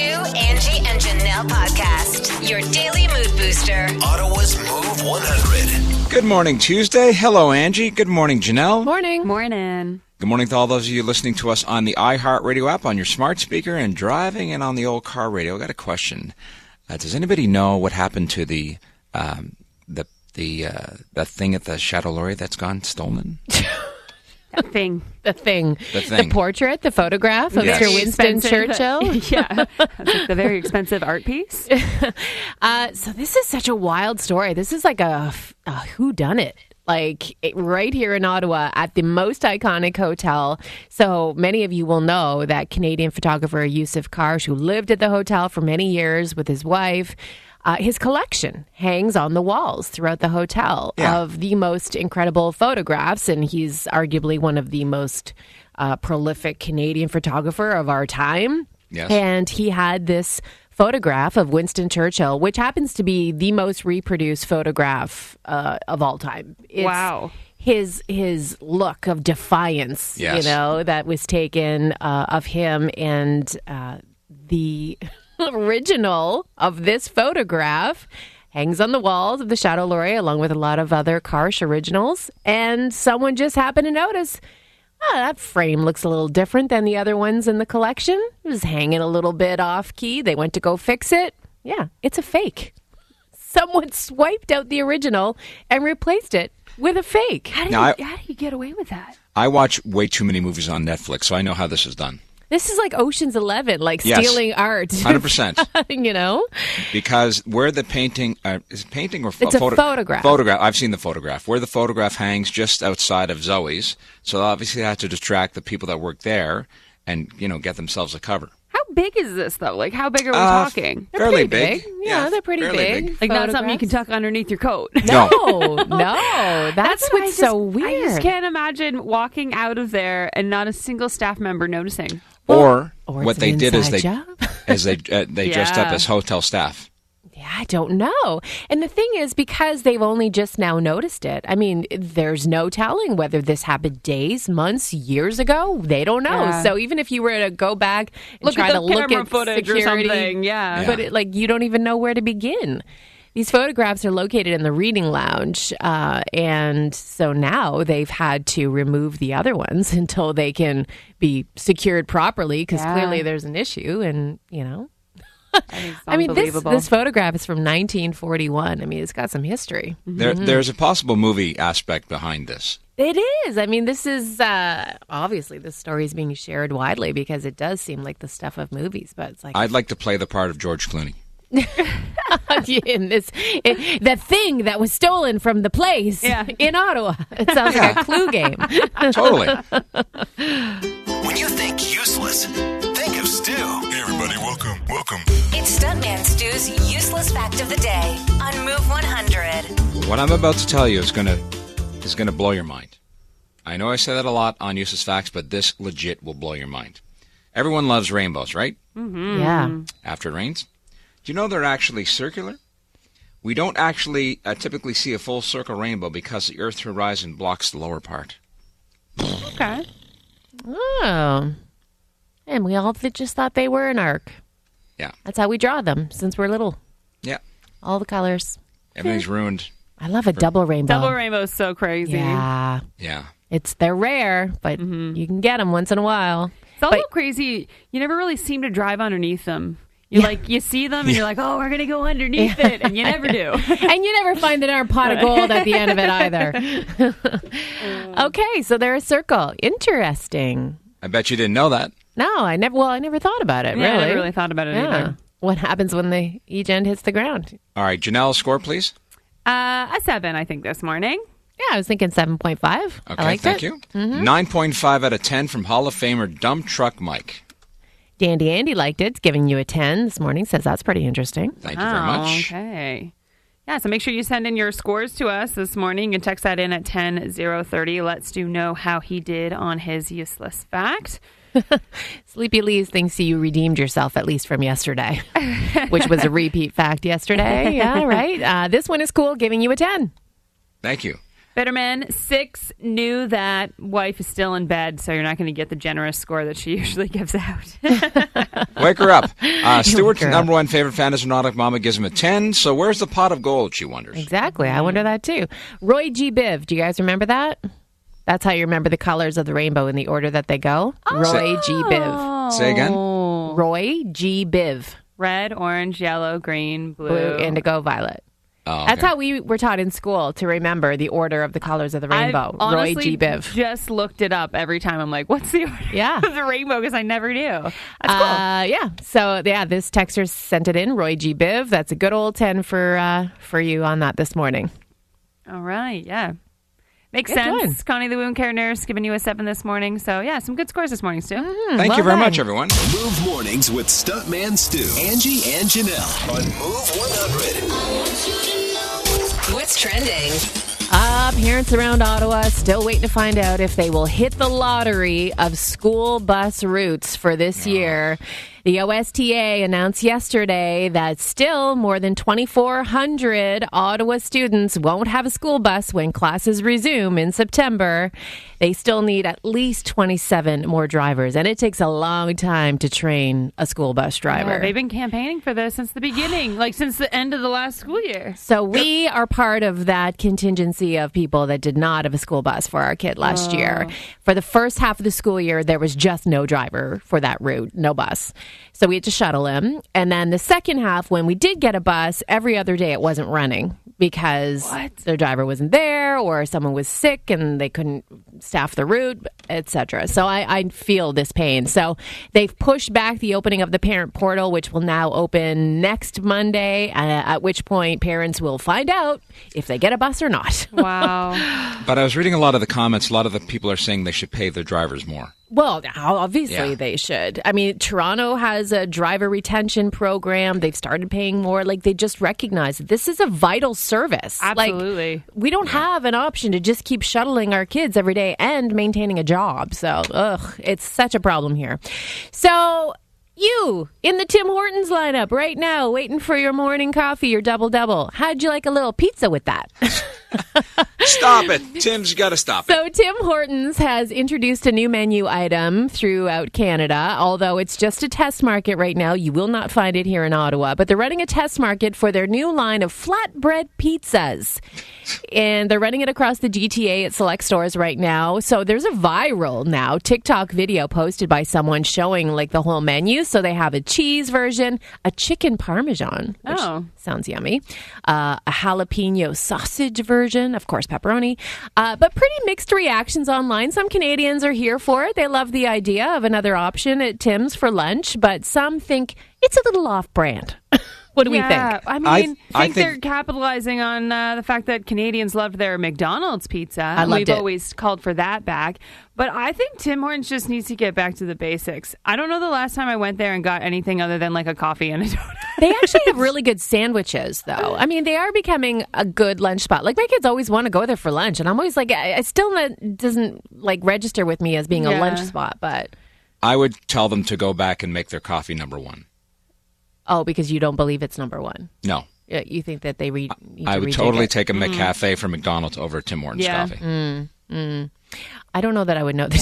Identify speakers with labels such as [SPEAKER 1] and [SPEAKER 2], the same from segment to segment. [SPEAKER 1] Angie and Janelle podcast, your daily mood booster.
[SPEAKER 2] Ottawa's Move 100.
[SPEAKER 3] Good morning, Tuesday. Hello, Angie. Good morning, Janelle.
[SPEAKER 4] Morning.
[SPEAKER 5] Morning.
[SPEAKER 3] Good morning to all those of you listening to us on the iHeartRadio app, on your smart speaker, and driving, and on the old car radio. I got a question. Uh, does anybody know what happened to the um, the the uh, the thing at the Chatelory that's gone stolen?
[SPEAKER 5] That thing.
[SPEAKER 4] The thing.
[SPEAKER 3] The thing.
[SPEAKER 4] portrait, the photograph of
[SPEAKER 3] Yes.
[SPEAKER 4] Mr. Winston
[SPEAKER 5] Expensive-
[SPEAKER 4] Churchill.
[SPEAKER 5] yeah. That's the very expensive art piece.
[SPEAKER 4] Uh, so this is such a wild story. This is like a, who done it. Like it- right here in Ottawa at the most iconic hotel. So many of you will know that Canadian photographer Yusuf Karsh, who lived at the hotel for many years with his wife, uh, his collection hangs on the walls throughout the hotel
[SPEAKER 3] Yeah.
[SPEAKER 4] of the most incredible photographs, and he's arguably one of the most uh, prolific Canadian photographer of our time.
[SPEAKER 3] Yes.
[SPEAKER 4] And he had this photograph of Winston Churchill, which happens to be the most reproduced photograph uh, of all time. It's
[SPEAKER 5] Wow.
[SPEAKER 4] His his look of defiance,
[SPEAKER 3] Yes.
[SPEAKER 4] you know, that was taken uh, of him and uh, the original of this photograph hangs on the walls of the Shadow Laurier along with a lot of other Karsh originals. And someone just happened to notice oh, that frame looks a little different than the other ones in the collection. It was hanging a little bit off key. They went to go fix it. Yeah, it's a fake. Someone swiped out the original and replaced it with a fake.
[SPEAKER 5] How do,
[SPEAKER 3] Now,
[SPEAKER 5] you, how do you get away with that?
[SPEAKER 3] I watch way too many movies on Netflix, so I know how this is done.
[SPEAKER 4] This is like Ocean's Eleven, like
[SPEAKER 3] Yes.
[SPEAKER 4] stealing art.
[SPEAKER 3] Hundred percent,
[SPEAKER 4] you know?
[SPEAKER 3] because where the painting uh, is it painting or pho-
[SPEAKER 4] It's a photograph.
[SPEAKER 3] Photograph. I've seen the photograph where the photograph hangs just outside of Zoe's, so obviously they had to distract the people that work there and you know get themselves a cover.
[SPEAKER 5] How big is this, though? Like, how big are we
[SPEAKER 3] Uh,
[SPEAKER 5] talking?
[SPEAKER 3] fairly
[SPEAKER 4] pretty big. Yeah, they're pretty
[SPEAKER 3] fairly
[SPEAKER 4] big.
[SPEAKER 5] Like, not something you can tuck underneath your coat.
[SPEAKER 3] No.
[SPEAKER 4] No, no. That's,
[SPEAKER 5] what I
[SPEAKER 4] what's
[SPEAKER 5] just-
[SPEAKER 4] so weird.
[SPEAKER 5] I just can't imagine walking out of there and not a single staff member noticing.
[SPEAKER 3] or,
[SPEAKER 4] or
[SPEAKER 3] what
[SPEAKER 4] it's
[SPEAKER 3] they
[SPEAKER 4] an
[SPEAKER 3] did is
[SPEAKER 4] inside
[SPEAKER 3] they
[SPEAKER 4] job.
[SPEAKER 3] as they uh, they dressed up
[SPEAKER 5] Yeah.
[SPEAKER 3] as hotel staff.
[SPEAKER 4] Yeah, I don't know. And the thing is, because they've only just now noticed it, I mean, there's no telling whether this happened days, months, years ago. They don't know.
[SPEAKER 5] Yeah.
[SPEAKER 4] So even if you were to go back and
[SPEAKER 5] Look
[SPEAKER 4] try
[SPEAKER 5] at the
[SPEAKER 4] to look
[SPEAKER 5] camera
[SPEAKER 4] at
[SPEAKER 5] footage or
[SPEAKER 4] security,
[SPEAKER 5] something, yeah.
[SPEAKER 3] Yeah.
[SPEAKER 4] but it, like you don't even know where to begin. These photographs are located in the reading lounge, uh, and so now they've had to remove the other ones until they can be secured properly because
[SPEAKER 5] Yeah.
[SPEAKER 4] clearly there's an issue, and you know.
[SPEAKER 5] It's
[SPEAKER 4] I mean, this,
[SPEAKER 5] unbelievable.
[SPEAKER 4] this photograph is from 1941. I mean, it's got some history.
[SPEAKER 3] There, there's a possible movie aspect behind this.
[SPEAKER 4] It is. I mean, this is uh, obviously this story is being shared widely because it does seem like the stuff of movies. But it's like
[SPEAKER 3] I'd like to play the part of George Clooney.
[SPEAKER 4] in this, it, the thing that was stolen from the place
[SPEAKER 5] Yeah.
[SPEAKER 4] in Ottawa. It sounds like a Clue game.
[SPEAKER 3] Totally.
[SPEAKER 2] When you think useless, think of Stu. Hey, everybody, welcome, welcome.
[SPEAKER 1] It's Stuntman Stu's useless fact of the day on Move 100.
[SPEAKER 3] what I'm about to tell you is gonna is gonna blow your mind. I know I say that a lot on useless facts, but this legit will blow your mind. Everyone loves rainbows, right?
[SPEAKER 4] Yeah.
[SPEAKER 3] After it rains, do you know they're actually circular? We don't actually uh, typically see a full circle rainbow because the Earth's horizon blocks the lower part.
[SPEAKER 5] okay.
[SPEAKER 4] Oh. And we all th- just thought they were an arc.
[SPEAKER 3] Yeah.
[SPEAKER 4] That's how we draw them since we're little.
[SPEAKER 3] Yeah,
[SPEAKER 4] All the colors.
[SPEAKER 3] everything's ruined.
[SPEAKER 4] I love a double rainbow.
[SPEAKER 5] Double rainbow is so crazy.
[SPEAKER 4] Yeah.
[SPEAKER 3] Yeah.
[SPEAKER 4] It's they're rare, but
[SPEAKER 5] Mm-hmm.
[SPEAKER 4] you can get them once in a while.
[SPEAKER 5] It's also
[SPEAKER 4] But-
[SPEAKER 5] crazy. You never really seem to drive underneath them. You're like, you see them and you're like, oh, we're going to go underneath it. And you never do.
[SPEAKER 4] and you never find an iron pot of gold at the end of it either.
[SPEAKER 5] Mm.
[SPEAKER 4] okay, so they're a circle. Interesting.
[SPEAKER 3] I bet you didn't know that.
[SPEAKER 4] No, I never. Well, I never thought about it.
[SPEAKER 5] Yeah, I
[SPEAKER 4] really,
[SPEAKER 5] never really thought about it
[SPEAKER 4] Yeah.
[SPEAKER 5] either.
[SPEAKER 4] What happens when the each end hits the ground?
[SPEAKER 3] All right, Janelle, score, please.
[SPEAKER 5] Uh, a seven, I think, this morning.
[SPEAKER 4] Yeah, I was thinking seven point five.
[SPEAKER 3] Okay,
[SPEAKER 4] I liked
[SPEAKER 3] thank
[SPEAKER 4] it.
[SPEAKER 3] you. 9.5 out of 10 from Hall of Famer Dump Truck Mike.
[SPEAKER 4] Dandy Andy liked it. It's giving you a ten this morning. Says that's pretty interesting.
[SPEAKER 3] Thank you very
[SPEAKER 5] Oh,
[SPEAKER 3] much.
[SPEAKER 5] Okay. Yeah, so make sure you send in your scores to us this morning. You can text that in at 10030. Let's do know how he did on his useless fact.
[SPEAKER 4] Sleepy Lee's thinks you redeemed yourself at least from yesterday, which was a repeat fact yesterday. Yeah, right. Uh, this one is cool, giving you a 10.
[SPEAKER 3] Thank you.
[SPEAKER 5] Bitterman, six, knew that wife is still in bed, so you're not going to get the generous score that she usually gives out.
[SPEAKER 3] Wake her up. Uh, Stewart's number one favorite fantasy nautic mama gives him a 10. So where's the pot of gold, she wonders.
[SPEAKER 4] Exactly. I wonder that too. Roy G. Biv. Do you guys remember that? That's how you remember the colors of the rainbow in the order that they go. Roy G. Biv.
[SPEAKER 3] Say again?
[SPEAKER 5] Oh,
[SPEAKER 4] Roy G. Biv.
[SPEAKER 5] red, orange, yellow, green, blue.
[SPEAKER 4] Blue, indigo, violet.
[SPEAKER 3] Oh,
[SPEAKER 4] That's
[SPEAKER 3] okay.
[SPEAKER 4] how we were taught in school to remember the order of the colors of the
[SPEAKER 5] I've
[SPEAKER 4] rainbow. Roy
[SPEAKER 5] honestly
[SPEAKER 4] G. Biv.
[SPEAKER 5] Just looked it up every time. I'm like, what's the order
[SPEAKER 4] Yeah.
[SPEAKER 5] of the rainbow? Because I never knew. That's cool.
[SPEAKER 4] Uh, yeah. So yeah, this texter sent it in. Roy G. Biv. That's a good old ten for uh, for you on that this morning.
[SPEAKER 5] All right, yeah. Makes
[SPEAKER 4] Good
[SPEAKER 5] sense.
[SPEAKER 4] one.
[SPEAKER 5] Connie, the wound care nurse, giving you a seven this morning. So, yeah, some good scores this morning, Stu.
[SPEAKER 3] Thank you
[SPEAKER 4] well
[SPEAKER 3] very
[SPEAKER 4] done.
[SPEAKER 3] much, everyone.
[SPEAKER 2] Move mornings with Stuntman Stu, Angie, and Janelle on Move 100.
[SPEAKER 1] What's trending?
[SPEAKER 4] Uh, parents around Ottawa still waiting to find out if they will hit the lottery of school bus routes for this year. The OSTA announced yesterday that still more than 2,400 Ottawa students won't have a school bus when classes resume in September. They still need at least 27 more drivers, and it takes a long time to train a school bus driver.
[SPEAKER 5] Yeah, they've been campaigning for this since the beginning, like since the end of the last school year.
[SPEAKER 4] So we are part of that contingency of people that did not have a school bus for our kid last year. For the first half of the school year, there was just no driver for that route, no bus. So we had to shuttle him. And then the second half, when we did get a bus, every other day it wasn't running because the driver wasn't there or someone was sick and they couldn't staff the route, etc. So I, I feel this pain. So they've pushed back the opening of the parent portal, which will now open next Monday, uh, at which point parents will find out if they get a bus or not.
[SPEAKER 5] Wow.
[SPEAKER 3] But I was reading a lot of the comments. A lot of the people are saying they should pay their drivers more.
[SPEAKER 4] Well, obviously
[SPEAKER 3] Yeah.
[SPEAKER 4] they should. I mean, Toronto has a driver retention program. They've started paying more. Like they just recognize that this is a vital service.
[SPEAKER 5] Absolutely.
[SPEAKER 4] Like, we don't have an option to just keep shuttling our kids every day and maintaining a job. So, ugh, it's such a problem here. So. You in the Tim Hortons lineup right now, waiting for your morning coffee, your double double. How'd you like a little pizza with that?
[SPEAKER 3] Stop it. Tim's got to stop it.
[SPEAKER 4] So Tim Hortons has introduced a new menu item throughout Canada, although it's just a test market right now. You will not find it here in Ottawa, but they're running a test market for their new line of flatbread pizzas. And they're running it across the GTA at select stores right now. So there's a viral now TikTok video posted by someone showing like the whole menu. So they have a cheese version, a chicken parmesan, which
[SPEAKER 5] Oh.
[SPEAKER 4] sounds yummy, uh, a jalapeno sausage version, of course, pepperoni. Uh, but pretty mixed reactions online. Some Canadians are here for it. They love the idea of another option at Tim's for lunch, but some think it's a little off brand. what do we
[SPEAKER 5] yeah,
[SPEAKER 4] think?
[SPEAKER 5] I mean,
[SPEAKER 3] I- I
[SPEAKER 5] I, think they're
[SPEAKER 3] think-
[SPEAKER 5] capitalizing on uh, the fact that Canadians loved their McDonald's pizza. I
[SPEAKER 4] loved
[SPEAKER 5] We've
[SPEAKER 4] it.
[SPEAKER 5] always called for that back. But I think Tim Hortons just needs to get back to the basics. I don't know the last time I went there and got anything other than like a coffee and a donut.
[SPEAKER 4] They actually have really good sandwiches, though. I mean, they are becoming a good lunch spot. Like my kids always want to go there for lunch, and I'm always like, I, it still not, doesn't like register with me as being a
[SPEAKER 5] Yeah.
[SPEAKER 4] lunch spot. But
[SPEAKER 3] I would tell them to go back and make their coffee number one.
[SPEAKER 4] oh, because you don't believe it's number one,
[SPEAKER 3] No.
[SPEAKER 4] Yeah, you think that they re- need
[SPEAKER 3] I
[SPEAKER 4] to
[SPEAKER 3] would
[SPEAKER 4] rejig
[SPEAKER 3] totally
[SPEAKER 4] it. Mm-hmm.
[SPEAKER 3] take a McCafe from McDonald's over to Tim Hortons
[SPEAKER 5] Yeah.
[SPEAKER 3] coffee.
[SPEAKER 4] I don't know that I would know the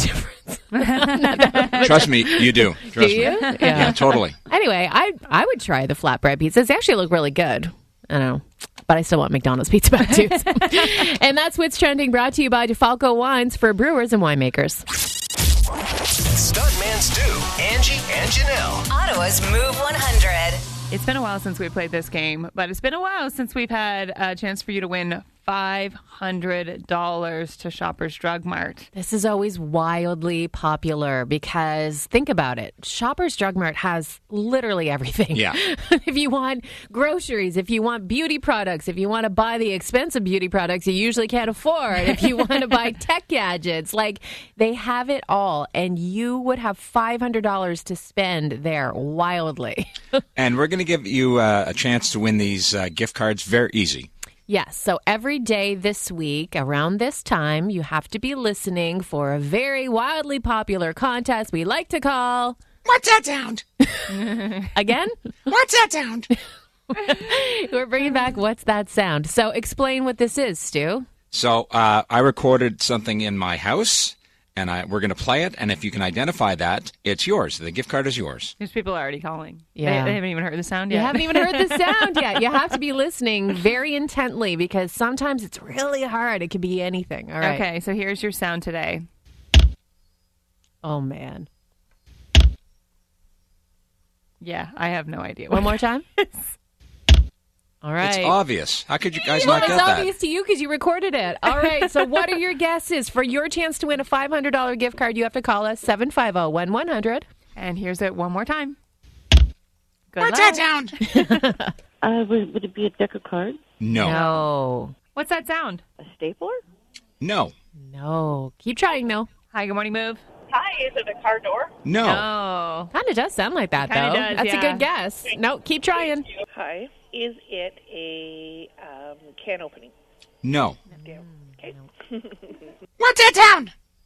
[SPEAKER 4] difference.
[SPEAKER 3] Trust me, you do. Trust
[SPEAKER 4] Do you?
[SPEAKER 3] me.
[SPEAKER 4] Yeah.
[SPEAKER 3] Yeah, totally.
[SPEAKER 4] Anyway, I I would try the flatbread pizzas. They actually look really good. I don't know. But I still want McDonald's pizza back too. so. and that's what's trending brought to you by DeFalco Wines for brewers and winemakers.
[SPEAKER 2] Stuntman Stu, Angie, and Janelle.
[SPEAKER 1] Ottawa's Move 100.
[SPEAKER 5] It's been a while since we played this game, but it's been a while since we've had a chance for you to win $500 to Shoppers Drug Mart.
[SPEAKER 4] This is always wildly popular because think about it. Shoppers Drug Mart has literally everything.
[SPEAKER 3] Yeah.
[SPEAKER 4] if you want groceries, if you want beauty products, if you want to buy the expensive beauty products you usually can't afford, if you want to buy tech gadgets, like they have it all and you would have $500 to spend there wildly.
[SPEAKER 3] And we're going to give you uh, a chance to win these uh, gift cards very easy.
[SPEAKER 4] Yes. So every day this week, around this time, you have to be listening for a very wildly popular contest we like to call. What's that sound? Again? What's that sound? We're bringing back What's That Sound? So explain what this is, Stu.
[SPEAKER 3] So uh, I recorded something in my house, and I, we're going to play it. And if you can identify that, it's yours. The gift card is yours.
[SPEAKER 5] These people are already calling. They-
[SPEAKER 4] Yeah.
[SPEAKER 5] They, haven't even heard the sound
[SPEAKER 4] You
[SPEAKER 5] yet.
[SPEAKER 4] haven't even heard the sound yet. You have to be listening very intently because sometimes it's really hard. It could be anything. All right.
[SPEAKER 5] Okay, so here's your sound today.
[SPEAKER 4] Oh, man.
[SPEAKER 5] Yeah, I have no idea.
[SPEAKER 4] One more time? All right.
[SPEAKER 3] It's obvious. How could you guys
[SPEAKER 4] Well,
[SPEAKER 3] not
[SPEAKER 4] it's
[SPEAKER 3] get that?
[SPEAKER 4] obvious to you because you recorded it. All right. So, what are your guesses for your chance to win a $500 gift card? You have to call us 750 1100.
[SPEAKER 5] And here's it one more time. Good
[SPEAKER 3] What's
[SPEAKER 5] luck.
[SPEAKER 3] that sound?
[SPEAKER 6] Uh, would, would it be a deck of cards?
[SPEAKER 3] No. no.
[SPEAKER 4] No.
[SPEAKER 5] What's that sound?
[SPEAKER 6] A stapler?
[SPEAKER 3] No.
[SPEAKER 4] No. Keep trying, though.
[SPEAKER 5] Hi, good morning, move.
[SPEAKER 7] Hi, is it a car door?
[SPEAKER 5] Oh,
[SPEAKER 4] Kind of does sound like that,
[SPEAKER 5] Kinda
[SPEAKER 4] though.
[SPEAKER 5] does,
[SPEAKER 4] That's a
[SPEAKER 5] yeah.
[SPEAKER 4] good guess. No, keep trying.
[SPEAKER 7] Hi. Is it a um, can opening?
[SPEAKER 3] No.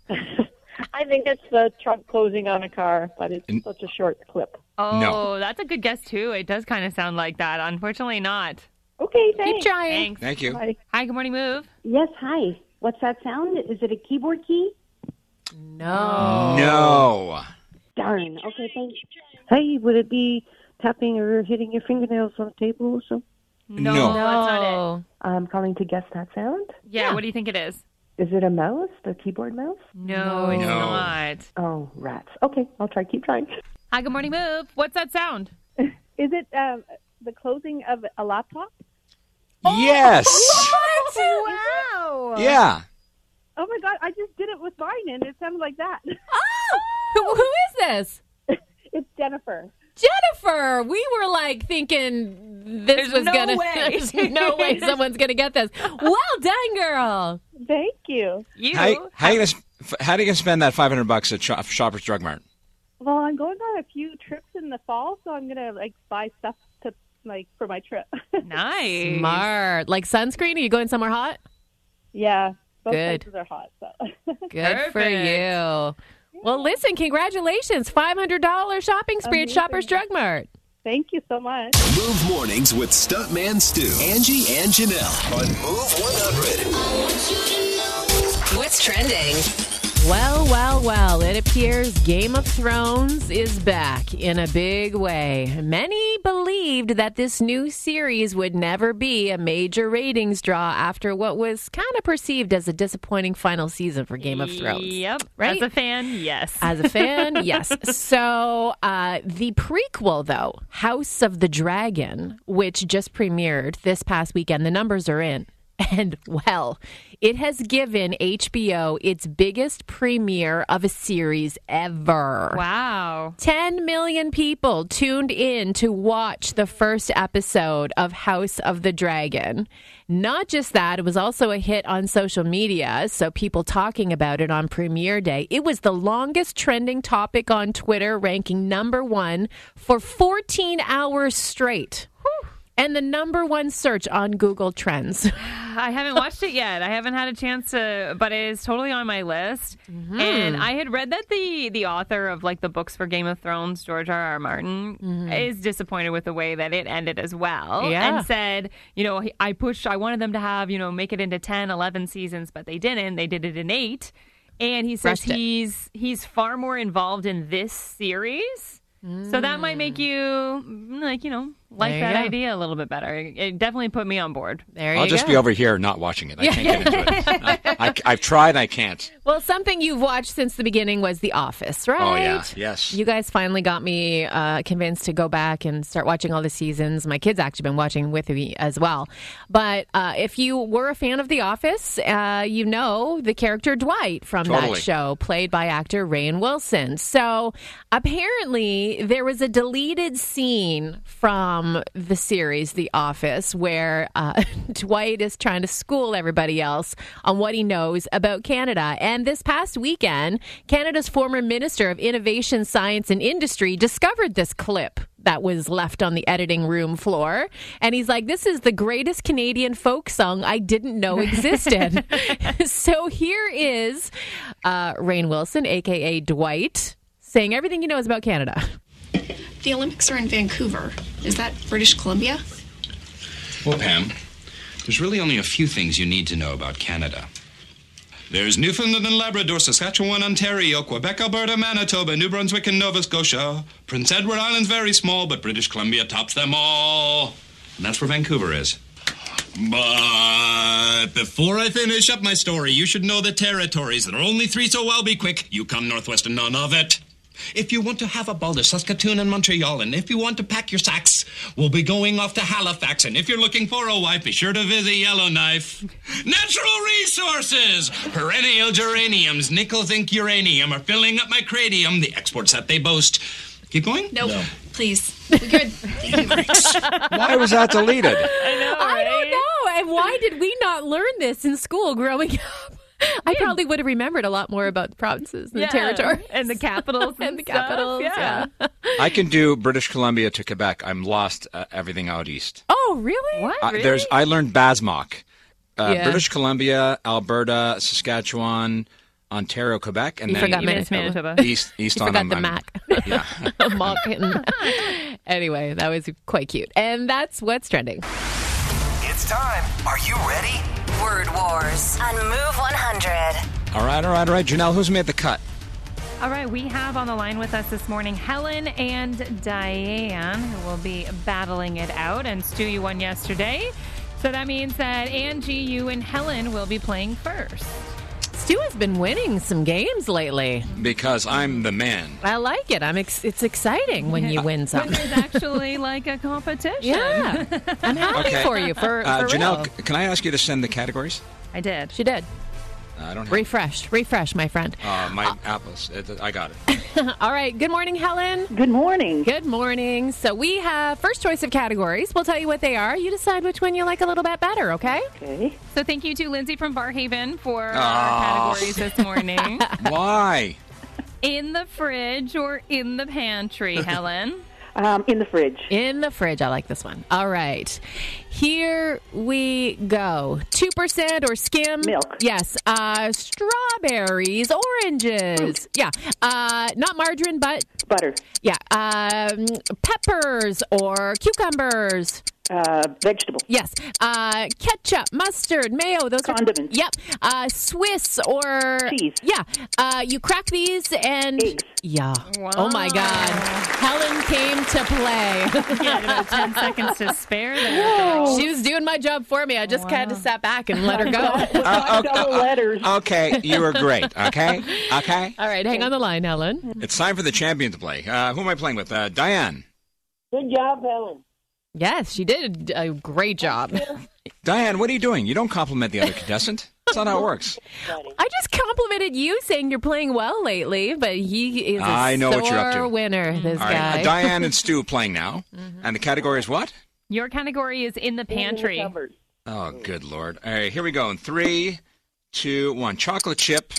[SPEAKER 7] I think it's the trunk closing on a car, but it's
[SPEAKER 3] And-
[SPEAKER 7] such a short clip.
[SPEAKER 5] oh,
[SPEAKER 3] No.
[SPEAKER 5] that's a good guess too. It does kind of sound like that. Unfortunately, not.
[SPEAKER 7] Okay,
[SPEAKER 4] Keep
[SPEAKER 7] thanks.
[SPEAKER 4] trying.
[SPEAKER 5] Thanks.
[SPEAKER 3] Thank you.
[SPEAKER 5] Hi, good morning, move.
[SPEAKER 8] Yes, hi. What's that sound? Is it a keyboard key?
[SPEAKER 4] No.
[SPEAKER 7] Oh.
[SPEAKER 3] No.
[SPEAKER 8] Darn. Okay, thank
[SPEAKER 6] Hey, would it be tapping or hitting your fingernails on a table or something?
[SPEAKER 5] No,
[SPEAKER 3] No.
[SPEAKER 5] that's not it.
[SPEAKER 6] I'm calling to guess that sound.
[SPEAKER 5] Yeah, what do you think it is?
[SPEAKER 6] Is it a mouse, the keyboard mouse?
[SPEAKER 5] No, it's
[SPEAKER 3] No.
[SPEAKER 5] not.
[SPEAKER 6] Oh, rats. Okay, I'll try. Keep trying.
[SPEAKER 5] Hi, good morning, move. What's that sound?
[SPEAKER 7] Is it um, the closing of a laptop?
[SPEAKER 3] Yes.
[SPEAKER 5] Wow.
[SPEAKER 3] Yeah.
[SPEAKER 7] Oh my God, I just did it with mine and it sounded like that.
[SPEAKER 4] Oh, Who, who is this?
[SPEAKER 7] it's Jennifer.
[SPEAKER 4] Jennifer, we were like thinking this
[SPEAKER 5] There's
[SPEAKER 4] was
[SPEAKER 5] no
[SPEAKER 4] gonna.
[SPEAKER 5] way.
[SPEAKER 4] There's no way someone's gonna get this. Well done, girl.
[SPEAKER 7] Thank you.
[SPEAKER 5] You.
[SPEAKER 3] How, how you gonna sp- how do you gonna spend that five hundred bucks at Sho- Shoppers Drug Mart?
[SPEAKER 7] Well, I'm going on a few trips in the fall, so I'm gonna like buy stuff to like for my trip.
[SPEAKER 5] Nice.
[SPEAKER 4] Smart. Like sunscreen. Are you going somewhere hot?
[SPEAKER 7] yeah, both
[SPEAKER 4] Good.
[SPEAKER 7] places are hot. So
[SPEAKER 4] Good for
[SPEAKER 5] Perfect.
[SPEAKER 4] you. Well, listen. Congratulations. Five hundred dollar shopping spree at Shoppers Drug Mart.
[SPEAKER 7] thank you so much.
[SPEAKER 2] Move mornings with Stuntman Stu, Angie, and Janelle on Move 100.
[SPEAKER 1] What's trending?
[SPEAKER 4] Well, well, well, it appears Game of Thrones is back in a big way. Many believed that this new series would never be a major ratings draw after what was kind of perceived as a disappointing final season for Game of Thrones.
[SPEAKER 5] Yep.
[SPEAKER 4] Right?
[SPEAKER 5] As a fan, yes.
[SPEAKER 4] As a fan, yes. So uh, the prequel, though, House of the Dragon, which just premiered this past weekend, the numbers are in. And well, it has given HBO its biggest premiere of a series ever.
[SPEAKER 5] wow.
[SPEAKER 4] 10 million people tuned in to watch the first episode of House of the Dragon. Not just that, it was also a hit on social media, so people talking about it on premiere day. It was the longest trending topic on Twitter, ranking number one for 14 hours straight. And the number one search on Google Trends.
[SPEAKER 5] I haven't watched it yet. I haven't had a chance to, but it is totally on my list.
[SPEAKER 4] Mm-hmm.
[SPEAKER 5] And I had read that the the author of like the books for Game of Thrones, George R. R. Martin, is disappointed with the way that it ended as well.
[SPEAKER 4] Mm-hmm. Yeah.
[SPEAKER 5] And said, you know, he- I pushed, I wanted them to have, you know, make it into 10, 11 seasons, but they didn't. They did it in eight. And he says
[SPEAKER 4] Rushed it.
[SPEAKER 5] he's he's far more involved in this series. So that might make you mm, like you know like
[SPEAKER 4] There you
[SPEAKER 5] that
[SPEAKER 4] go.
[SPEAKER 5] idea a little bit better. It- It definitely put me on board.
[SPEAKER 4] There
[SPEAKER 3] I'll
[SPEAKER 4] you
[SPEAKER 3] just
[SPEAKER 4] go.
[SPEAKER 3] be over here not watching it. I can't get into it. I, I, I've tried. I can't.
[SPEAKER 4] Well, something you've watched since the beginning was The Office, right?
[SPEAKER 3] Oh yeah. Yes.
[SPEAKER 4] You guys finally got me uh, convinced to go back and start watching all the seasons. My kids actually been watching with me as well. But uh, if you were a fan of The Office, uh, you know the character Dwight from
[SPEAKER 3] Totally.
[SPEAKER 4] that show, played by actor Rainn Wilson. So apparently, there was a deleted scene from the series The Office where uh, Dwight is trying to school everybody else on what he knows about Canada. And this past weekend, Canada's former Minister of Innovation, Science and Industry discovered this clip that was left on the editing room floor. And he's like, This is the greatest Canadian folk song I didn't know existed. so here is uh, Rain Wilson, AKA Dwight, saying everything he knows about Canada.
[SPEAKER 9] The Olympics are in Vancouver. Is that British Columbia?
[SPEAKER 10] Well, Pam, there's really only a few things you need to know about Canada. There's Newfoundland and Labrador, Saskatchewan, Ontario, Quebec, Alberta, Manitoba, New Brunswick, and Nova Scotia. Prince Edward Island's very small, but British Columbia tops them all. And that's where Vancouver is. But before I finish up my story, you should know the territories. There are only three, so I'll be quick. You come northwest and none of it. If you want to have a ball to Saskatoon and Montreal, and if you want to pack your sacks, we'll be going off to Halifax. And if you're looking for a wife, be sure to visit Yellowknife. Natural resources! Perennial geraniums, nickel zinc uranium are filling up my cranium, the exports that they boast. Keep going?
[SPEAKER 9] Nope. Please. We're good.
[SPEAKER 3] Why was that deleted?
[SPEAKER 4] I don't know. And why did we not learn this in school growing up? I probably would have remembered a lot more about the provinces and
[SPEAKER 5] Yeah.
[SPEAKER 4] the territory.
[SPEAKER 5] and the capitals and,
[SPEAKER 4] And the
[SPEAKER 5] stuff,
[SPEAKER 4] capitals,
[SPEAKER 5] Yeah.
[SPEAKER 3] I can do British Columbia to Quebec. I'm lost uh, everything out east.
[SPEAKER 4] Oh, really?
[SPEAKER 5] What?
[SPEAKER 3] I-
[SPEAKER 5] really?
[SPEAKER 3] Uh, there's I learned Basmock. Uh,
[SPEAKER 4] Yeah.
[SPEAKER 3] British Columbia, Alberta, Saskatchewan, Ontario, Quebec, and
[SPEAKER 4] You
[SPEAKER 3] then e-
[SPEAKER 4] forgot
[SPEAKER 5] You missed Manitoba.
[SPEAKER 3] east east
[SPEAKER 4] You
[SPEAKER 3] on
[SPEAKER 4] forgot
[SPEAKER 3] I'm-
[SPEAKER 4] the
[SPEAKER 3] I'm-
[SPEAKER 4] Mac.
[SPEAKER 3] Yeah.
[SPEAKER 4] Mark and- anyway, that was quite cute. And that's what's trending.
[SPEAKER 2] It's time. Are you ready?
[SPEAKER 1] Word Wars on Move 100.
[SPEAKER 3] All right, all right, all right. Janelle, who's made the cut?
[SPEAKER 5] All right, we have on the line with us this morning Helen and Diane, who will be battling it out. And Stu, you won yesterday. So that means that Angie, you, and Helen will be playing first.
[SPEAKER 4] Stu has been winning some games lately.
[SPEAKER 3] Because I'm the man.
[SPEAKER 4] I like it. I'm ex- it's exciting when you win
[SPEAKER 5] When
[SPEAKER 4] something.
[SPEAKER 5] there's actually like a competition.
[SPEAKER 4] Yeah. I'm happy
[SPEAKER 3] Okay.
[SPEAKER 4] for you for,
[SPEAKER 3] Uh,
[SPEAKER 4] for
[SPEAKER 3] Janelle,
[SPEAKER 4] real.
[SPEAKER 3] c- can I ask you to send the categories?
[SPEAKER 5] I did.
[SPEAKER 4] She did.
[SPEAKER 3] Uh, I don't have
[SPEAKER 4] Refresh, refresh, my friend.
[SPEAKER 3] uh, my apples. It, I got it.
[SPEAKER 4] All right. Good morning, Helen.
[SPEAKER 6] Good morning.
[SPEAKER 4] Good morning. So we have first choice of categories. We'll tell you what they are. You decide which one you like a little bit better, okay?
[SPEAKER 6] Okay.
[SPEAKER 5] So thank you to Lindsay from Barhaven for our categories this morning.
[SPEAKER 3] Why?
[SPEAKER 5] in the fridge or in the pantry, Helen?
[SPEAKER 6] Um, in the fridge.
[SPEAKER 4] In the fridge. I like this one. All right. Here we go. 2% or skim.
[SPEAKER 6] Milk.
[SPEAKER 4] Yes. Uh, strawberries, oranges. Yeah. Uh, not margarine, but
[SPEAKER 6] Butter.
[SPEAKER 4] yeah. Um, peppers or cucumbers.
[SPEAKER 6] Uh, vegetable.
[SPEAKER 4] Yes. Uh, ketchup, mustard, mayo. Those
[SPEAKER 6] Condiments.
[SPEAKER 4] Are, yep. Uh, Swiss or
[SPEAKER 6] Cheese.
[SPEAKER 4] Yeah. Uh, you crack these and
[SPEAKER 6] Eggs.
[SPEAKER 4] yeah. Oh my God. Helen came to play.
[SPEAKER 5] You had about 10 seconds to spare there.
[SPEAKER 4] she was doing my job for me. I just kind of sat back and let her go.
[SPEAKER 3] Uh, okay,
[SPEAKER 6] Double letters.
[SPEAKER 3] okay, you were great. Okay, okay.
[SPEAKER 4] All right, hang on the line, Helen.
[SPEAKER 3] It's time for the champion to play. Uh, who am I playing with? Uh, Diane.
[SPEAKER 6] Good job, Helen.
[SPEAKER 4] Yes, she did a great job.
[SPEAKER 3] Diane, what are you doing? You don't compliment the other contestant. That's not how it works.
[SPEAKER 4] I just complimented you saying you're playing well lately, but he is a
[SPEAKER 3] I know
[SPEAKER 4] sore
[SPEAKER 3] what you're up to.
[SPEAKER 4] winner, this
[SPEAKER 3] All
[SPEAKER 4] guy.
[SPEAKER 3] right, uh, Diane and Stu playing now, and the category is what?
[SPEAKER 5] Your category is in the pantry.
[SPEAKER 3] Oh, good lord! All right, here we go. In three, two, one. Chocolate chip,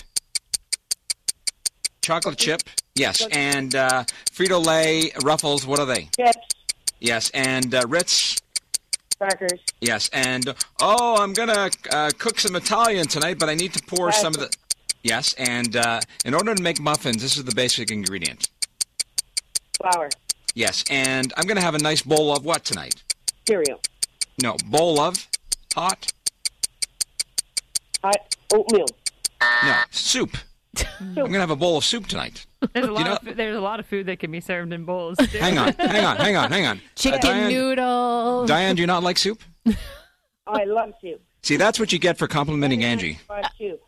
[SPEAKER 3] chocolate chip. Yes, and uh, Frito Lay Ruffles. What are they?
[SPEAKER 6] Chips.
[SPEAKER 3] Yes, and uh, Ritz.
[SPEAKER 6] Crackers.
[SPEAKER 3] Yes, and oh, I'm gonna uh, cook some Italian tonight, but I need to pour some of the. Yes, and uh, in order to make muffins, this is the basic ingredient.
[SPEAKER 6] Flour.
[SPEAKER 3] Yes, and I'm gonna have a nice bowl of what tonight?
[SPEAKER 6] Cereal.
[SPEAKER 3] No, bowl of hot.
[SPEAKER 6] Hot oatmeal.
[SPEAKER 3] No, soup. I'm going to have a bowl of soup tonight.
[SPEAKER 5] There's a lot,
[SPEAKER 3] know-
[SPEAKER 5] of, food- there's a lot of food that can be served in bowls. too.
[SPEAKER 3] Hang on, hang on, hang on, hang on. Uh,
[SPEAKER 4] Chicken
[SPEAKER 3] Diane,
[SPEAKER 4] noodles.
[SPEAKER 3] Diane, do you not like soup?
[SPEAKER 6] I love you.
[SPEAKER 3] See, that's what you get for complimenting Angie.
[SPEAKER 6] Love you.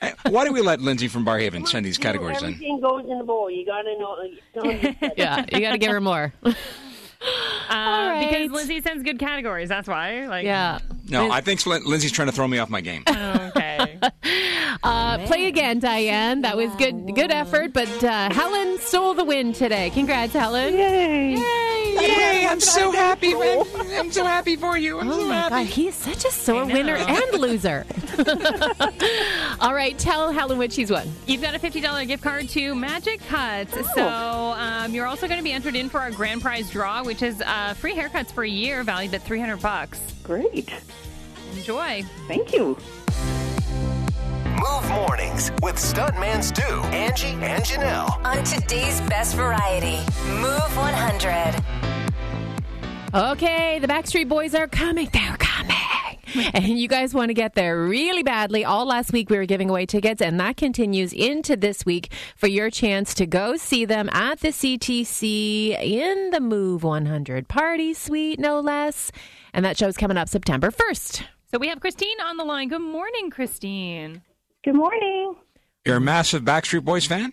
[SPEAKER 3] Eh, Why do we let Lindsay from Barhaven send these categories in?
[SPEAKER 6] Everything goes in the bowl. You gotta know. you gotta-
[SPEAKER 4] yeah, you got to give her more.
[SPEAKER 5] Uh,
[SPEAKER 4] right.
[SPEAKER 5] Because Lindsay sends good categories. That's why. Like,
[SPEAKER 4] Yeah.
[SPEAKER 3] No, I think Lin- Lindsay's trying to throw me off my game.
[SPEAKER 5] Okay.
[SPEAKER 4] Uh, play again, Diane. That was good, good effort. But uh, Helen stole the win today. Congrats, Helen! Yay!
[SPEAKER 3] Yay, I'm so happy. I'm, I'm so happy for you. I'm
[SPEAKER 4] Oh
[SPEAKER 3] so
[SPEAKER 4] my God,
[SPEAKER 3] happy.
[SPEAKER 4] he is such a sore winner and loser. All right, tell Helen what she's won.
[SPEAKER 5] You've got a $50 gift card to Magic Cuts. So um, you're also going to be entered in for our grand prize draw, which is uh, free haircuts for a year valued at 300 bucks.
[SPEAKER 6] Great.
[SPEAKER 5] Enjoy.
[SPEAKER 6] Thank you.
[SPEAKER 2] Move mornings with Stuntman Stu, Angie, and Janelle.
[SPEAKER 1] On today's best variety, Move 100.
[SPEAKER 4] Okay, the Backstreet Boys are coming. They're coming. and you guys want to get there really badly. All last week we were giving away tickets, and that continues into this week for your chance to go see them at the CTC in the Move 100 Party Suite, no less. And that show's coming up September 1st.
[SPEAKER 5] So we have Christine on the line. Good morning, Christine.
[SPEAKER 8] Good morning.
[SPEAKER 3] You're a massive Backstreet Boys fan?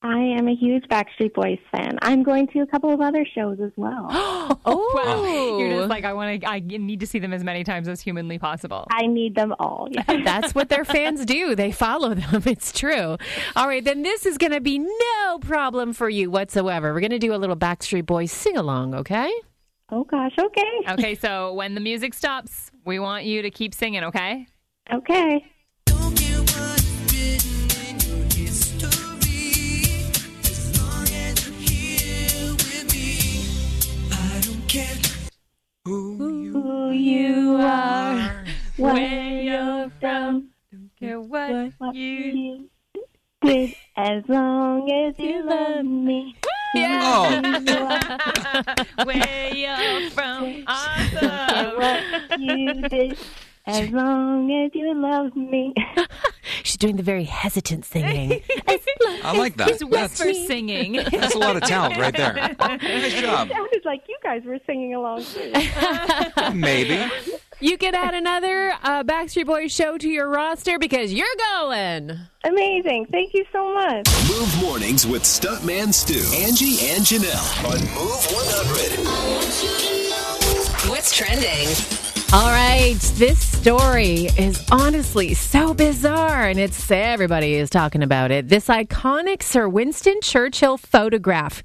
[SPEAKER 8] I am a huge Backstreet Boys fan. I'm going to a couple of other shows as well.
[SPEAKER 4] Oh,
[SPEAKER 5] You're just like I want to. I need to see them as many times as humanly possible.
[SPEAKER 8] I need them all. Yeah.
[SPEAKER 4] That's what their fans do. They follow them. It's true. All right, then this is going to be no problem for you whatsoever. We're going to do a little Backstreet Boys sing along, okay?
[SPEAKER 8] Oh gosh. Okay.
[SPEAKER 5] Okay, so when the music stops, we want you to keep singing. Okay.
[SPEAKER 8] Okay.
[SPEAKER 4] Who you are.
[SPEAKER 5] Where you're from, don't care what, you.
[SPEAKER 8] Good. As long as you love me.
[SPEAKER 3] Oh,
[SPEAKER 5] Where you're from, awesome.
[SPEAKER 8] What you did. As long as you love me.
[SPEAKER 4] She's doing the very hesitant singing.
[SPEAKER 3] I like that.
[SPEAKER 5] Whisper
[SPEAKER 3] That's,
[SPEAKER 5] singing.
[SPEAKER 3] that's a lot of talent right there. Nice job.
[SPEAKER 7] sounded like you guys were singing along too.
[SPEAKER 3] Maybe.
[SPEAKER 4] you can add another uh, Backstreet Boys show to your roster because you're going.
[SPEAKER 7] Amazing. Thank you so much.
[SPEAKER 2] Move mornings with Stuntman Stu, Angie, and Janelle on Move 100.
[SPEAKER 1] What's trending?
[SPEAKER 4] All right, this story is honestly so bizarre, and it's everybody is talking about it. This iconic Sir Winston Churchill photograph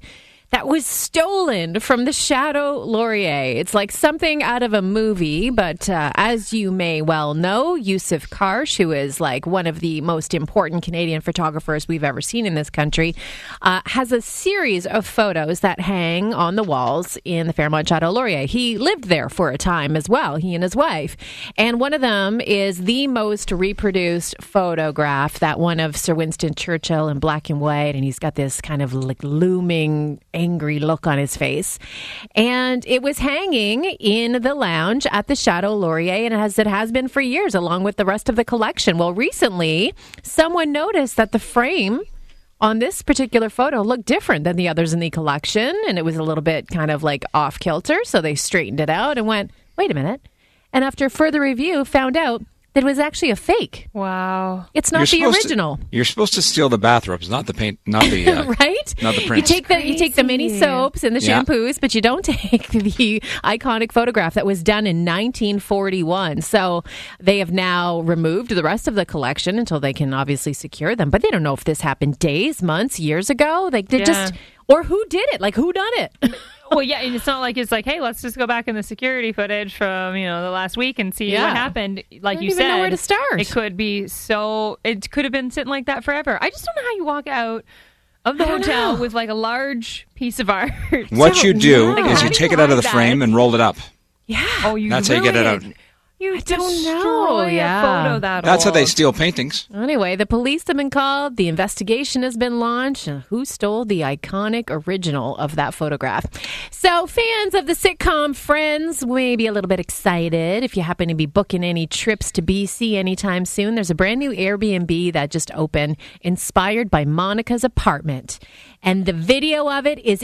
[SPEAKER 4] that was stolen from the Shadow Laurier. It's like something out of a movie, but uh, as you may well know, Yusuf Karsh, who is like one of the most important Canadian photographers we've ever seen in this country, uh, has a series of photos that hang on the walls in the Fairmont Chateau Laurier. He lived there for a time as well, he and his wife. And one of them is the most reproduced photograph, that one of Sir Winston Churchill in black and white. And he's got this kind of like looming, angry look on his face. And it was hanging in the lounge at the Chateau Laurier, and as it has been for years, along with the rest of the collection. Well, recently, someone noticed that the frame on this particular photo looked different than the others in the collection and it was a little bit kind of like off kilter so they straightened it out and went wait a minute and after further review found out that it was actually a fake
[SPEAKER 5] Wow.
[SPEAKER 4] it's not the
[SPEAKER 3] supposed to-
[SPEAKER 4] original
[SPEAKER 3] you're supposed to steal the bathrobes, not the paint, not the uh,
[SPEAKER 4] right?
[SPEAKER 3] not the
[SPEAKER 4] You
[SPEAKER 3] prints.
[SPEAKER 4] take the you take the mini soaps and the
[SPEAKER 3] Yeah.
[SPEAKER 4] shampoos, but you don't take the iconic photograph that was done in 1941. So they have now removed the rest of the collection until they can obviously secure them. But they don't know if this happened days, months, years ago. Like they
[SPEAKER 5] Yeah.
[SPEAKER 4] just or who did it? Like who done it?
[SPEAKER 5] Well, yeah, and it's not like it's like, hey, let's just go back in the security footage from you know the last week and see
[SPEAKER 4] Yeah.
[SPEAKER 5] what happened. Like
[SPEAKER 4] don't
[SPEAKER 5] you
[SPEAKER 4] even
[SPEAKER 5] said,
[SPEAKER 4] know where to start.
[SPEAKER 5] It could be so. It could have been sitting like that forever. I just don't know how you walk out of the hotel with like a large piece of art.
[SPEAKER 3] What you do
[SPEAKER 5] Like,
[SPEAKER 3] is
[SPEAKER 5] how
[SPEAKER 3] you
[SPEAKER 5] do
[SPEAKER 3] take
[SPEAKER 5] you
[SPEAKER 3] it out of the
[SPEAKER 5] hide that?
[SPEAKER 3] frame and roll it up.
[SPEAKER 5] oh, you
[SPEAKER 3] That's how you get it out.
[SPEAKER 5] ruined. You I
[SPEAKER 4] don't know, yeah.
[SPEAKER 5] photo that
[SPEAKER 3] That's how
[SPEAKER 5] old.
[SPEAKER 3] they steal paintings.
[SPEAKER 4] Anyway, the police have been called. The investigation has been launched. And who stole the iconic original of that photograph? So, fans of the sitcom Friends may be a little bit excited. If you happen to be booking any trips to BC anytime soon, there's a brand new Airbnb that just opened, inspired by Monica's apartment. And the video of it is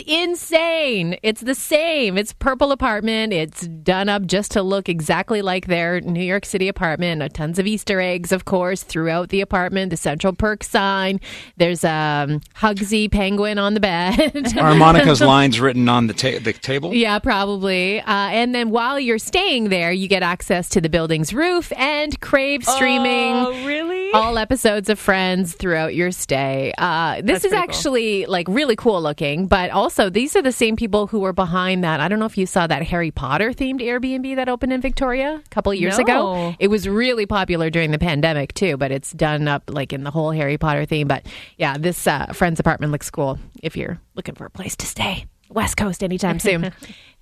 [SPEAKER 4] insane. It's the same. It's purple apartment. It's done up just to look exactly like their New York City apartment. Uh, Tons of Easter eggs, of course, throughout the apartment. The Central Perk sign. There's a um, Hugsy penguin on the bed.
[SPEAKER 3] Harmonica's lines written on the, ta- the table.
[SPEAKER 4] Yeah, probably. Uh, and then while you're staying there, you get access to the building's roof and Crave streaming
[SPEAKER 5] Oh, really?
[SPEAKER 4] all episodes of Friends throughout your stay. Uh, this
[SPEAKER 5] That's
[SPEAKER 4] is
[SPEAKER 5] pretty cool.
[SPEAKER 4] actually like really cool looking, but also these are the same people who were behind that. I don't know if you saw that Harry Potter themed Airbnb that opened in Victoria a couple years ago.
[SPEAKER 5] No.
[SPEAKER 4] It was really popular during the pandemic too, but it's done up like in the whole Harry Potter theme. But yeah, this uh, Friends apartment looks cool if you're looking for a place to stay. West Coast anytime soon.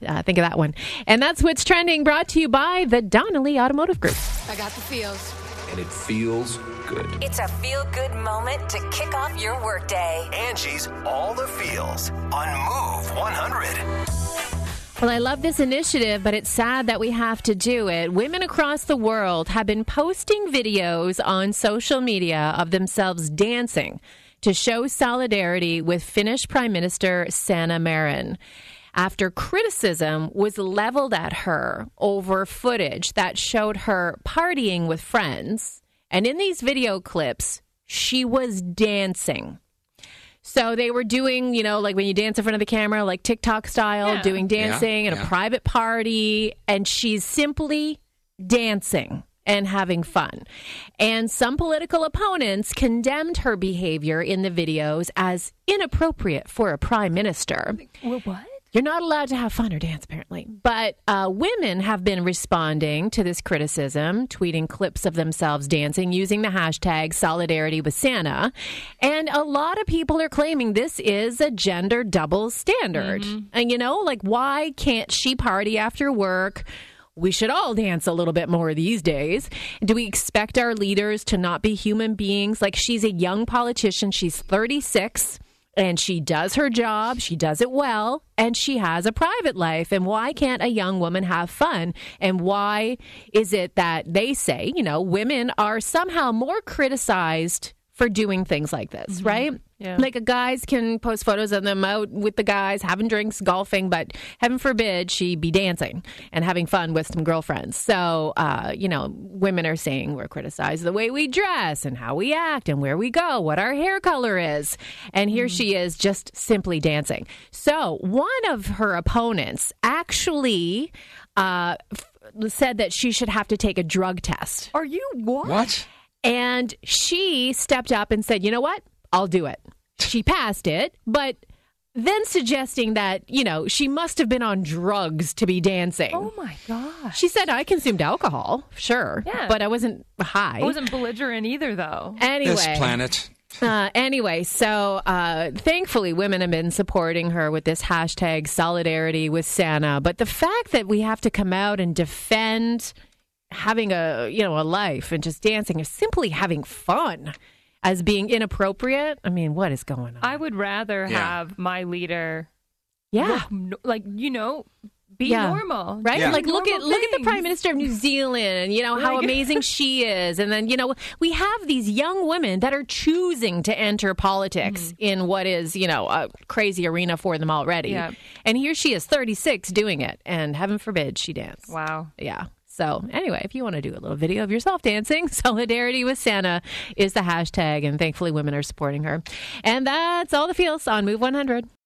[SPEAKER 4] uh, think of that one. And that's what's trending, brought to you by the Donnelly Automotive Group.
[SPEAKER 1] I got the feels.
[SPEAKER 2] And it feels good.
[SPEAKER 1] It's a feel good moment to kick off your workday.
[SPEAKER 2] Angie's All the Feels on Move 100.
[SPEAKER 4] Well, I love this initiative, but it's sad that we have to do it. Women across the world have been posting videos on social media of themselves dancing to show solidarity with Finnish Prime Minister Sanna Marin. After criticism was leveled at her over footage that showed her partying with friends. And in these video clips, she was dancing. So they were doing, you know, like when you dance in front of the camera, like TikTok style,
[SPEAKER 5] Yeah.
[SPEAKER 4] doing dancing
[SPEAKER 3] Yeah,
[SPEAKER 4] at a
[SPEAKER 3] yeah.
[SPEAKER 4] private party. And she's simply dancing and having fun. And some political opponents condemned her behavior in the videos as inappropriate for a prime minister.
[SPEAKER 5] what?
[SPEAKER 4] You're not allowed to have fun or dance, apparently. But uh, women have been responding to this criticism, tweeting clips of themselves dancing using the hashtag solidarity with Santa. And a lot of people are claiming this is a gender double standard. And, you know, like, why can't she party after work? We should all dance a little bit more these days. Do we expect our leaders to not be human beings? Like, she's a young politician, she's 36 and she does her job, she does it well, and she has a private life. And why can't a young woman have fun? And why is it that they say, you know, women are somehow more criticized for doing things like this, right?
[SPEAKER 5] Yeah.
[SPEAKER 4] Like guys can post photos of them out with the guys, having drinks, golfing, but heaven forbid she be dancing and having fun with some girlfriends. So, uh, you know, women are saying we're criticized the way we dress and how we act and where we go, what our hair color is. And here she is just simply dancing. So, one of her opponents actually uh, f- said that she should have to take a drug test.
[SPEAKER 5] Are you what?
[SPEAKER 3] What?
[SPEAKER 4] And she stepped up and said, you know what? I'll do it. She passed it, but then suggesting that, you know, she must have been on drugs to be dancing.
[SPEAKER 5] Oh my gosh!
[SPEAKER 4] She said, I consumed alcohol, sure,
[SPEAKER 5] Yeah.
[SPEAKER 4] but I wasn't high.
[SPEAKER 5] I wasn't belligerent either, though.
[SPEAKER 4] anyway.
[SPEAKER 3] This planet.
[SPEAKER 4] Uh, anyway, so uh, thankfully, women have been supporting her with this hashtag solidarity with Santa. But the fact that we have to come out and defend having a you know a life and just dancing or simply having fun as being inappropriate, I mean, what is going on?
[SPEAKER 5] I would rather
[SPEAKER 3] Yeah.
[SPEAKER 5] have my leader,
[SPEAKER 4] yeah.
[SPEAKER 5] Ah, no- like you know, be
[SPEAKER 4] Yeah.
[SPEAKER 5] normal,
[SPEAKER 4] Right?
[SPEAKER 3] Yeah.
[SPEAKER 4] Like look at
[SPEAKER 5] Normal
[SPEAKER 4] look at the
[SPEAKER 5] things.
[SPEAKER 4] Prime Minister of New Zealand and you know how
[SPEAKER 5] Like-
[SPEAKER 4] amazing she is. And then, you know, we have these young women that are choosing to enter politics
[SPEAKER 5] Mm-hmm.
[SPEAKER 4] in what is, you know, a crazy arena for them already.
[SPEAKER 5] Yeah.
[SPEAKER 4] And here she is, 36, doing it. And heaven forbid she danced.
[SPEAKER 5] Wow.
[SPEAKER 4] Yeah. So, anyway, if you want to do a little video of yourself dancing, solidarity with Santa is the hashtag. And thankfully, women are supporting her. And that's all the feels on Move 100.